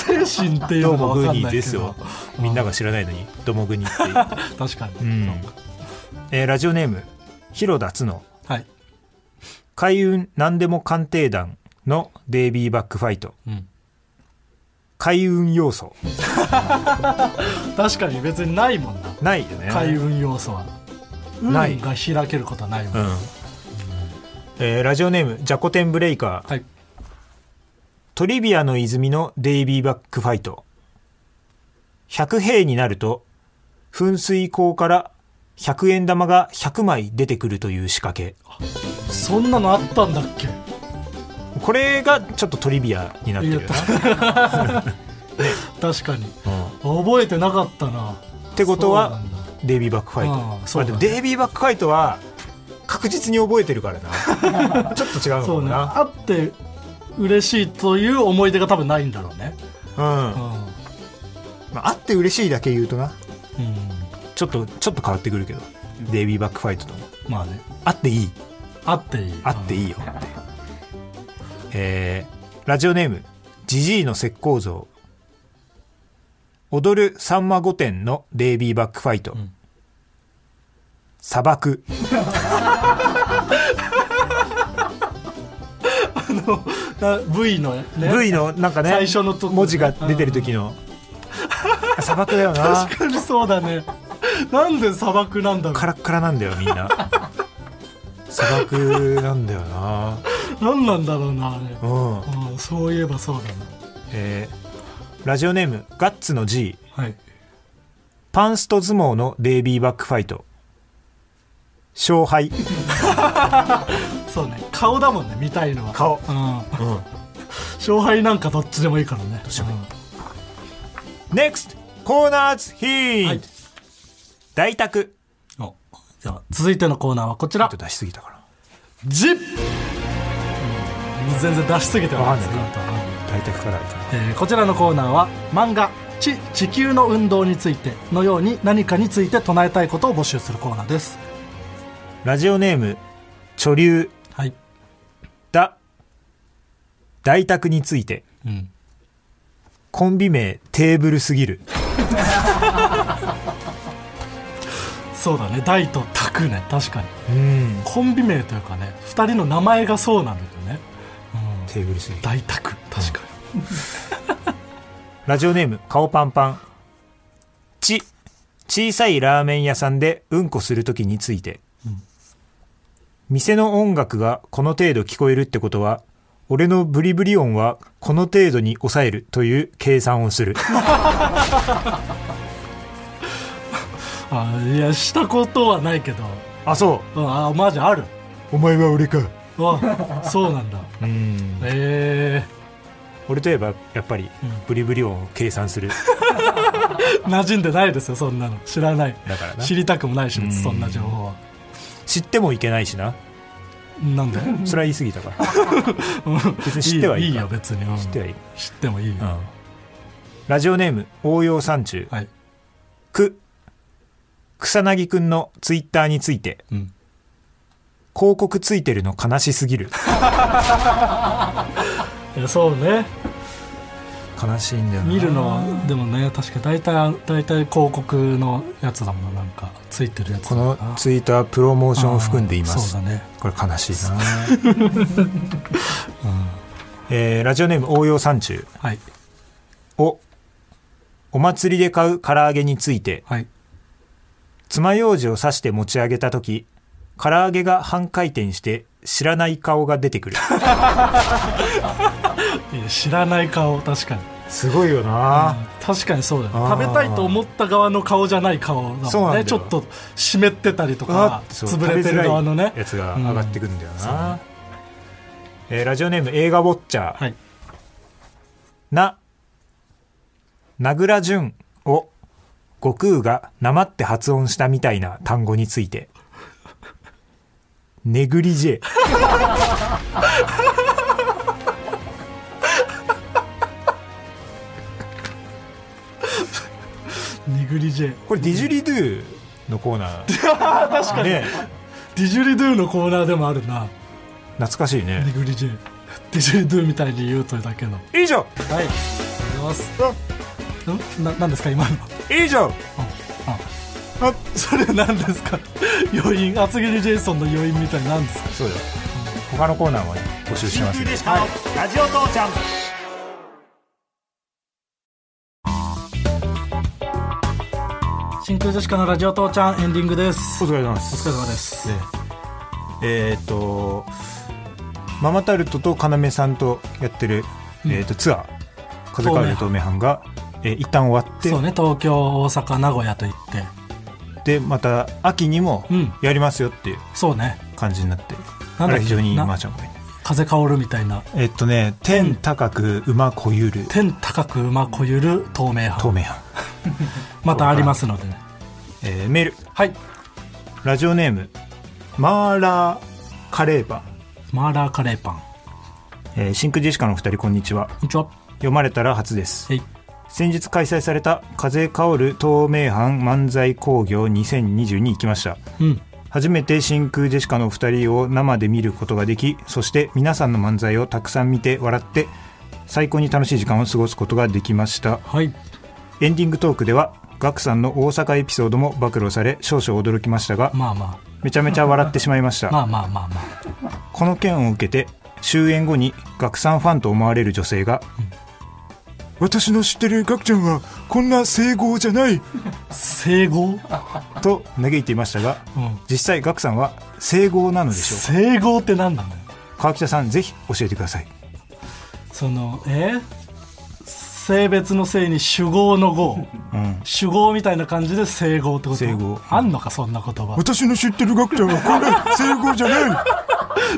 Speaker 3: 精神っていう
Speaker 2: どう
Speaker 3: の
Speaker 2: も
Speaker 3: が分
Speaker 2: グ
Speaker 3: かん
Speaker 2: ニ
Speaker 3: な
Speaker 2: ー
Speaker 3: い
Speaker 2: で
Speaker 3: け
Speaker 2: す
Speaker 3: ど
Speaker 2: よみんなが知らないのにどもぐにっていう、
Speaker 3: 確かに、
Speaker 2: うんえーラジオネーム広田つの
Speaker 3: はい、
Speaker 2: 海運何でも鑑定団のデイビーバックファイト
Speaker 3: うん、
Speaker 2: 海運要素
Speaker 3: 確かに別にないもんな
Speaker 2: ないよね
Speaker 3: 開運要素は運が
Speaker 2: ない
Speaker 3: 開けることはないもん、
Speaker 2: うん、えーラジオネームジャコテンブレイカー
Speaker 3: はい
Speaker 2: トリビアの泉のデイビーバックファイト。100兵になると、噴水口から100円玉が100枚出てくるという仕掛け。
Speaker 3: そんなのあったんだっけ
Speaker 2: これがちょっとトリビアになってるよな。
Speaker 3: 確かに
Speaker 2: うん
Speaker 3: 覚えてなかったな
Speaker 2: ってこと
Speaker 3: そう
Speaker 2: は
Speaker 3: なんだ、
Speaker 2: デイビーバックファイト。
Speaker 3: ああそうだね
Speaker 2: まあでもデイビーバックファイト は確実に覚えてるからな。ちょっと違うの
Speaker 3: そ
Speaker 2: かも
Speaker 3: うね
Speaker 2: な。
Speaker 3: あって嬉しいという思い出が多分ないんだろうね
Speaker 2: ま
Speaker 3: うん、
Speaker 2: あ、会って嬉しいだけ言うとな
Speaker 3: うん、
Speaker 2: ちょっとちょっと変わってくるけどデイビーバックファイトとも
Speaker 3: まあね
Speaker 2: 会っていい
Speaker 3: あっていい
Speaker 2: 会っていいよって えーラジオネームジジイの石膏像踊るさんま御殿のデイビーバックファイト、
Speaker 3: ん
Speaker 2: 砂漠
Speaker 3: な V のね
Speaker 2: V のなんかね
Speaker 3: 最初のとこ
Speaker 2: 文字が出てる時の砂漠だよな
Speaker 3: 確かにそうだねなんで砂漠なんだろ
Speaker 2: カラッカラなんだよみん な砂漠なんだよな
Speaker 3: うなんなんだろうなあれ、
Speaker 2: うん
Speaker 3: うん、そういえばそうだな
Speaker 2: えーラジオネームガッツの G
Speaker 3: はい
Speaker 2: パンスト相撲のデイビーバックファイト勝敗
Speaker 3: そうね顔だもんね見たいのは
Speaker 2: 顔
Speaker 3: うん
Speaker 2: うん
Speaker 3: 勝敗なんかどっちでもいいからねどっ
Speaker 2: ちでもいい NEXT コーナーズヒント、
Speaker 3: はい
Speaker 2: 大宅
Speaker 3: おでは続いてのコーナーはこち
Speaker 2: ちょ
Speaker 3: ら
Speaker 2: っと出しすぎたか
Speaker 3: 「ジップ」うん全然出しすぎては
Speaker 2: わかな大宅からいく
Speaker 3: えーこちらのコーナーは漫画地「地球の運動について」のように何かについて唱えたいことを募集するコーナーです
Speaker 2: ラジオネーム貯留
Speaker 3: はい、
Speaker 2: だ大宅について
Speaker 3: うん、
Speaker 2: コンビ名テーブルすぎる
Speaker 3: そうだね大とタクね確かに
Speaker 2: うん
Speaker 3: コンビ名というかね2人の名前がそうなんだけどね、うん、
Speaker 2: テーブルすぎる
Speaker 3: 大タク確かに、
Speaker 2: ラジオネーム顔パンパンち小さいラーメン屋さんでうんこするときについて、店の音楽がこの程度聞こえるってことは俺のブリブリ音はこの程度に抑えるという計算をする
Speaker 3: あいやしたことはないけど、
Speaker 2: あそ
Speaker 3: うん、あマジある
Speaker 2: うお前は俺か
Speaker 3: あそうなんだ
Speaker 2: うん
Speaker 3: え
Speaker 2: 俺といえばやっぱり
Speaker 3: うん
Speaker 2: ブリブリ音を計算す る
Speaker 3: え馴染んでないですよそんなの知らない
Speaker 2: だからな
Speaker 3: 知りたくもないし別に
Speaker 2: うん
Speaker 3: そんな情報は
Speaker 2: 知ってもいけないしな
Speaker 3: なんで
Speaker 2: それは言い過ぎたか別に知ってはいい
Speaker 3: い
Speaker 2: か
Speaker 3: よ別に、うん
Speaker 2: 知ってはいい、
Speaker 3: 知ってもいいよ、
Speaker 2: うん、ラジオネーム応用山中
Speaker 3: はい、
Speaker 2: く草薙くんのツイッターについて
Speaker 3: うん、
Speaker 2: 広告ついてるの悲しすぎる
Speaker 3: いやそうね
Speaker 2: 悲しいんだよな
Speaker 3: 見るのはでもね確か大体大体広告のやつだもんななんかついてるやつ
Speaker 2: このツイートはプロモーションを含んでいます
Speaker 3: そうだね
Speaker 2: これ悲しいな、えーラジオネーム応用山中
Speaker 3: はい
Speaker 2: おお祭りで買う唐揚げについて
Speaker 3: はい
Speaker 2: 爪楊枝を刺して持ち上げた時唐揚げが半回転して知らない顔が出てくる
Speaker 3: いや知らない顔確かに
Speaker 2: すごいよな、
Speaker 3: 確かにそうだよ
Speaker 2: あー
Speaker 3: 食べたいと思った側の顔じゃない顔だもんね
Speaker 2: そうなんだよ
Speaker 3: ちょっと湿ってたりと
Speaker 2: うわ
Speaker 3: か
Speaker 2: そう
Speaker 3: 潰れて
Speaker 2: 食べづら
Speaker 3: る
Speaker 2: い
Speaker 3: 側のね
Speaker 2: やつが上がってくんだよ
Speaker 3: そう
Speaker 2: な、
Speaker 3: ね
Speaker 2: えーラジオネーム映画ウォッチャー、
Speaker 3: はい
Speaker 2: な名倉潤を悟空がなまって発音したみたいな単語について ネグリジェ
Speaker 3: ニグリジェ
Speaker 2: これディジュリドゥのコーナー 確かに、ね、
Speaker 3: ディジュリドゥのコーナーでもあるな
Speaker 2: 懐かしい
Speaker 3: ニ
Speaker 2: ね
Speaker 3: グリジェディジュリドゥみたいに言うとだけのはい
Speaker 2: 以上
Speaker 3: ありがとうございますんな何ですか今の
Speaker 2: 以上
Speaker 3: ああそれ何ですか余韻厚切りジェイソンの余韻みたいなんですか
Speaker 2: そうだよ他のコーナーも募集してますね
Speaker 1: ラジオ父ちゃん
Speaker 3: 真空ジェシカのラジオ父ちゃんエンディングです
Speaker 2: お
Speaker 3: お疲
Speaker 2: 疲れ様です
Speaker 3: れ様です
Speaker 2: えーっとママタルトと要さんとやってる、えーっとツアー「風川流透明班が」えー一旦終わって、
Speaker 3: そうね東京大阪名古屋と行って
Speaker 2: でまた秋にも
Speaker 3: うん
Speaker 2: やりますよっていう
Speaker 3: そうね
Speaker 2: 感じになって、
Speaker 3: なんだ
Speaker 2: あ
Speaker 3: っけ
Speaker 2: れ非常に
Speaker 3: な
Speaker 2: マーちゃんもいい
Speaker 3: 風薫るみたいな
Speaker 2: えーっとね「天高く馬こゆる
Speaker 3: 天高く馬こゆる透明
Speaker 2: 透
Speaker 3: 派
Speaker 2: 明班
Speaker 3: またありますのでね」
Speaker 2: えーメール
Speaker 3: はい
Speaker 2: ラジオネームマーラーカレーバ
Speaker 3: マーラーカレーパン
Speaker 2: えー、真空ジェシカのお二人こんにちは
Speaker 3: こんにちは。
Speaker 2: 読まれたら初です
Speaker 3: はい。
Speaker 2: 先日開催された「風薫る透明版漫才興行2020」に行きました
Speaker 3: うん。
Speaker 2: 初めて真空ジェシカのお二人を生で見ることができそして皆さんの漫才をたくさん見て笑って最高に楽しい時間を過ごすことができました
Speaker 3: はい。
Speaker 2: エンディングトークではガクさんの大阪エピソードも暴露され少々驚きましたが
Speaker 3: まあま
Speaker 2: めちゃめちゃ笑ってしまいまし
Speaker 3: あ。ま
Speaker 2: た
Speaker 3: あまあまあまあ。
Speaker 2: この件を受けて終演後にガクさんファンと思われる女性が「私の知ってるガクちゃんはこんな整合じゃない!」
Speaker 3: 整合
Speaker 2: と嘆いていましたが
Speaker 3: うん。
Speaker 2: 実際ガクさんは整合なのでしょうか
Speaker 3: 整合って何なんだよ。
Speaker 2: 川北さんぜひ教えてください
Speaker 3: その、え性別の性に主語の語。
Speaker 2: うん
Speaker 3: 主語みたいな感じで整合ってこと
Speaker 2: 整合
Speaker 3: あんのか、そんな言葉。
Speaker 2: 私の知ってるガクちゃんはこんな整合じゃない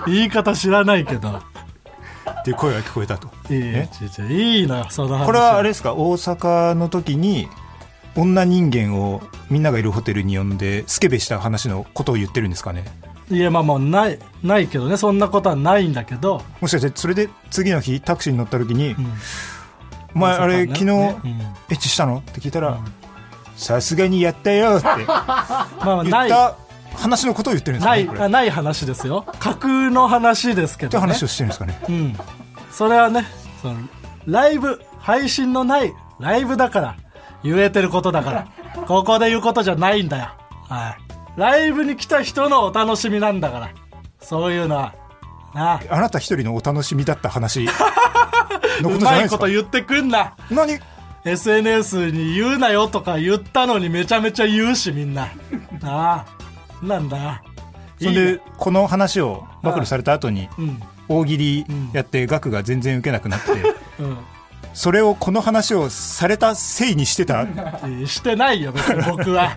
Speaker 3: 言い方知らないけど。
Speaker 2: っていう声が聞こえたと
Speaker 3: いいよ
Speaker 2: え
Speaker 3: ちょちょいいのよ、その話。
Speaker 2: これはあれですか大阪の時に女人間をみんながいるホテルに呼んでスケベした話のことを言ってるんですかね
Speaker 3: いや、まあまあ、ない、ないけどね、そんなことはないんだけど。
Speaker 2: もしかしてそれで次の日タクシーに乗った時に
Speaker 3: うん
Speaker 2: 「お前あれ昨日
Speaker 3: ねうん
Speaker 2: エッチしたの?」って聞いたら「さすがにやったよ」って
Speaker 3: まあまあ、
Speaker 2: 言
Speaker 3: ない。
Speaker 2: った話のことを言ってるんですか
Speaker 3: な
Speaker 2: ね
Speaker 3: い、
Speaker 2: これ
Speaker 3: あない話ですよ。架空の話ですけ
Speaker 2: って
Speaker 3: ど、ね。
Speaker 2: 話をしてるんですかね
Speaker 3: うん。それはね、その、ライブ、配信のないライブだから、言えてること だから。ここで言うことじゃないんだよ。はい。ライブに来た人のお楽しみなんだから。そういうのは。なあ。
Speaker 2: あなた一人のお楽しみだった話のこ とじゃ
Speaker 3: う
Speaker 2: な
Speaker 3: ま
Speaker 2: い
Speaker 3: い
Speaker 2: で
Speaker 3: こ
Speaker 2: す
Speaker 3: と
Speaker 2: か
Speaker 3: 言ってくんな。
Speaker 2: 何
Speaker 3: SNS に言うなよとか言ったのにめちゃめちゃ言うしみんななあなんだ
Speaker 2: そん
Speaker 3: いい
Speaker 2: で
Speaker 3: ね
Speaker 2: この話を暴露された後に
Speaker 3: うん
Speaker 2: 大喜利やって額が全然受けなくなってそれをこの話をされたせいにしてた
Speaker 3: うんいいしてないよ別に 僕は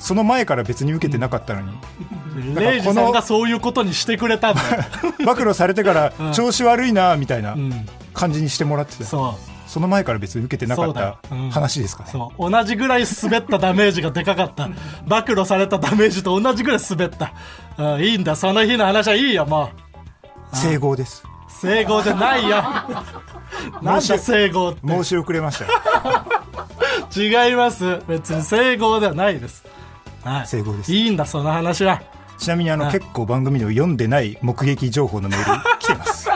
Speaker 2: その前から別に受けてなかったのに
Speaker 3: レイジさんがそういうことにしてくれたん だよ、
Speaker 2: 暴露されてから調子悪いなみたいな
Speaker 3: うん、
Speaker 2: 感じにしてもらってた
Speaker 3: そ
Speaker 2: その前から別に受けてなかった
Speaker 3: そうだようん
Speaker 2: 話ですか
Speaker 3: う
Speaker 2: ね
Speaker 3: そう同じぐらい滑ったダメージがでかかった暴露されたダメージと同じぐらい滑った、うん、いいんだその日の話はいいよも
Speaker 2: 整合です
Speaker 3: う整合じゃない よなんだ整合って
Speaker 2: 申し遅れました
Speaker 3: 違います別に整合ではないです、はい、
Speaker 2: 整合です
Speaker 3: いいんだその話は
Speaker 2: ちなみにあの
Speaker 3: あ
Speaker 2: 結構番組でも読んでない目撃情報のメール来てます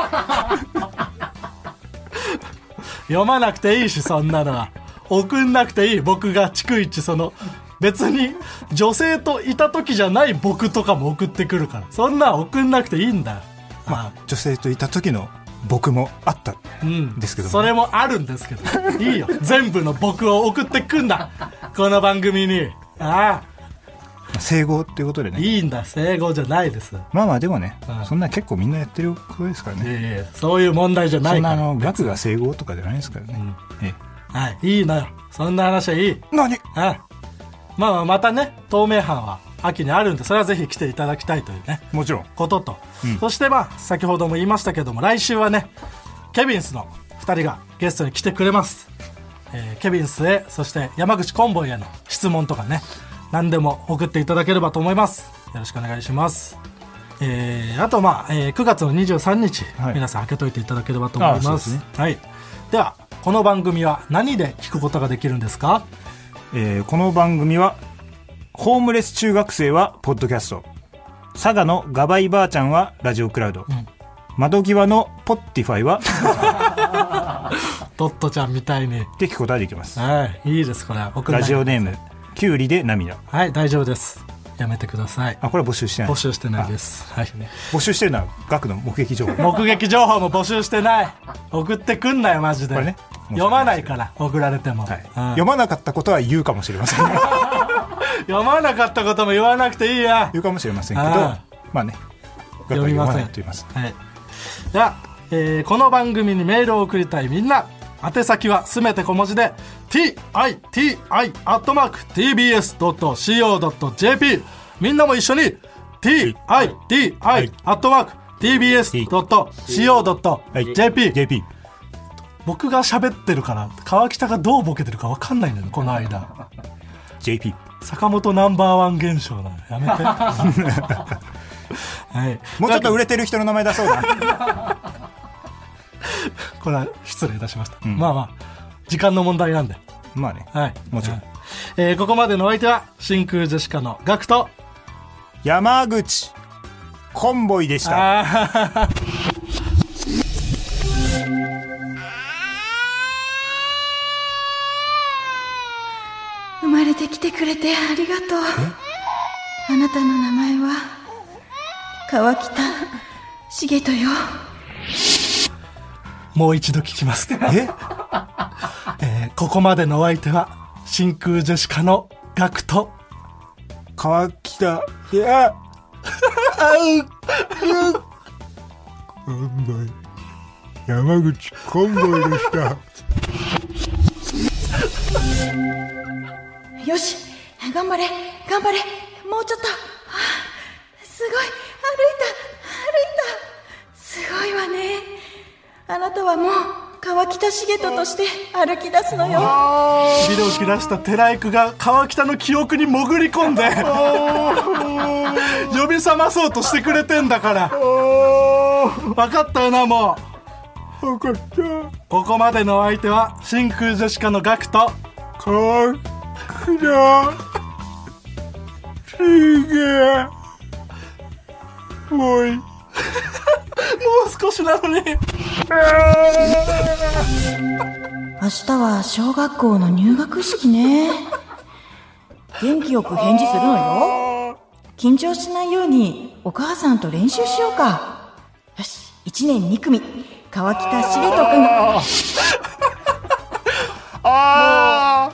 Speaker 3: 読まなくていいしそんなのは送んなくていい僕が逐一その別に女性といた時じゃない僕とかも送ってくるからそんなん送んなくていいんだよまあ
Speaker 2: 女性といた時の僕もあった
Speaker 3: うん
Speaker 2: ですけども
Speaker 3: それもあるんですけどいいよ全部の僕を送ってくんだこの番組にあ
Speaker 2: 整合っていうことで
Speaker 3: あ
Speaker 2: ね
Speaker 3: いいんだ整合じゃないです
Speaker 2: まあまあでもね
Speaker 3: うん
Speaker 2: そんな結構みんなやってることですから
Speaker 3: い
Speaker 2: ね
Speaker 3: やいやそういう問題じゃな
Speaker 2: そ
Speaker 3: い
Speaker 2: ん
Speaker 3: か
Speaker 2: なあ
Speaker 3: ら
Speaker 2: の額が整合とかじゃないですからねええ
Speaker 3: はい、いいのよ。そんな話はいい。うん。
Speaker 2: 何
Speaker 3: まあまあ、またね、透明版は秋にあるんで、それはぜひ来ていただきたいというね、
Speaker 2: もちろん
Speaker 3: ことと。そしてまあ、先ほども言いましたけども、来週はね、ケビンスの2人がゲストに来てくれます。えーケビンスへ、そして山口コンボイへの質問とかね、何でも送っていただければと思います。よろしくお願いします。えーあとまあ、えー9月の23日、
Speaker 2: はい
Speaker 3: 皆さん開けといていただければと思い
Speaker 2: あ
Speaker 3: ま
Speaker 2: そう
Speaker 3: す
Speaker 2: ですね
Speaker 3: はい、ではこの番組は何で聞くことができるんですか
Speaker 2: えーこの番組はホームレス中学生はポッドキャスト佐賀のガバイばあちゃんはラジオクラウド、窓際のポッティファイは
Speaker 3: トットちゃんみたいに
Speaker 2: って聞くことができます
Speaker 3: はいいいですこれは送ら
Speaker 2: ラ
Speaker 3: ない
Speaker 2: ジオネームキュウリで涙
Speaker 3: はい大丈夫ですやめてください
Speaker 2: あこれは募集してない
Speaker 3: 募集してないです、はい、
Speaker 2: 募集してるのは額の目撃情報
Speaker 3: 目撃情報も募集してない送ってくんなよマジで
Speaker 2: これね
Speaker 3: 読まないから送られても、
Speaker 2: はい
Speaker 3: うん
Speaker 2: 読まなかったことは言うかもしれま せん
Speaker 3: 読まなかったことも言わなくていいや
Speaker 2: 言うかもしれませんけど
Speaker 3: あ
Speaker 2: まあね額は
Speaker 3: 読み
Speaker 2: 読ま
Speaker 3: ま
Speaker 2: な
Speaker 3: せ
Speaker 2: い
Speaker 3: ん
Speaker 2: と言います
Speaker 3: はい、では、えーこの番組にメールを送りたいみんな宛先はすべて小文字で titi.tbs.co.jp みんなも一緒に titi.tbs.co.jp、
Speaker 2: JP
Speaker 3: 僕が喋ってるから川北がどうボケてるか分かんないのよこの間
Speaker 2: JP
Speaker 3: 坂本ナンバーワン現象なのや めて、はい、
Speaker 2: もうちょっと売れてる人の名前出そうだ
Speaker 3: これは失礼いたしました、
Speaker 2: うん
Speaker 3: まあまあ時間の問題なんで
Speaker 2: まあね
Speaker 3: はい
Speaker 2: もちろん
Speaker 3: はいえーここまでのお相手は真空ジェシカのガクト
Speaker 2: 山口コンボイでした
Speaker 3: あー
Speaker 4: 生まれてきてくれてありがとうあなたの名前は川北重豊よ
Speaker 3: もう一度聞きます え、えーここまでのお相手は真空ジェシカのガクト
Speaker 2: 川北いやあう コ ンボイ山口コンボイでした
Speaker 4: よし頑張れ頑張れもうちょっとはあすごい歩いた歩いたすごいわねあなたはもう川北重人として歩き出すのよ
Speaker 3: ビルを切らした寺井くが川北の記憶に潜り込んで 呼び覚まそうとしてくれてんだから分かったよなもう
Speaker 2: 分かった
Speaker 3: ここまでのお相手は真空ジェシカのガクト
Speaker 2: 川北すげえ ボイ
Speaker 3: もう少しなのに
Speaker 4: 明日は小学校の入学式ね元気よく返事するのよ緊張しないようにお母さんと練習しようかよし1年2組川北茂人君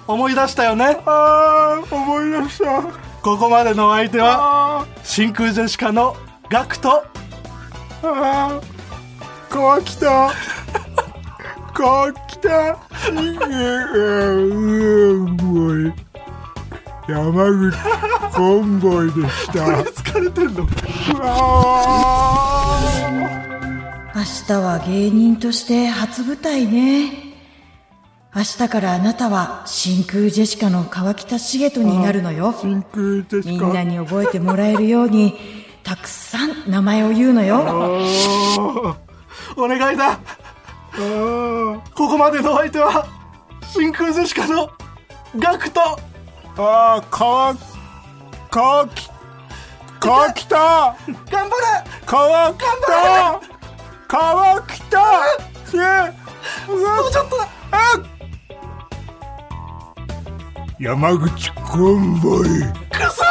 Speaker 3: 思い出したよね
Speaker 2: あー 思い出した
Speaker 3: ここまでのお相手は
Speaker 2: あ
Speaker 3: 真空ジェシカのガクト
Speaker 2: ーあー川北川北うんボイ山口コンボイでした
Speaker 3: 疲れてんの
Speaker 2: あ
Speaker 4: 明日は芸人として初舞台ね明日からあなたは真空ジェシカの川北茂人になるのよ
Speaker 2: 真空で
Speaker 4: み
Speaker 2: す
Speaker 4: ん
Speaker 2: か
Speaker 4: なに覚えてもらえるようにたくさん名前を言うのよ
Speaker 3: お願いだここまでのお相手は真空ジェシカのガクト
Speaker 2: ああ川川き川北
Speaker 3: 頑張れ
Speaker 2: 川北川北せもうちょっと山口コンボイ
Speaker 3: くそー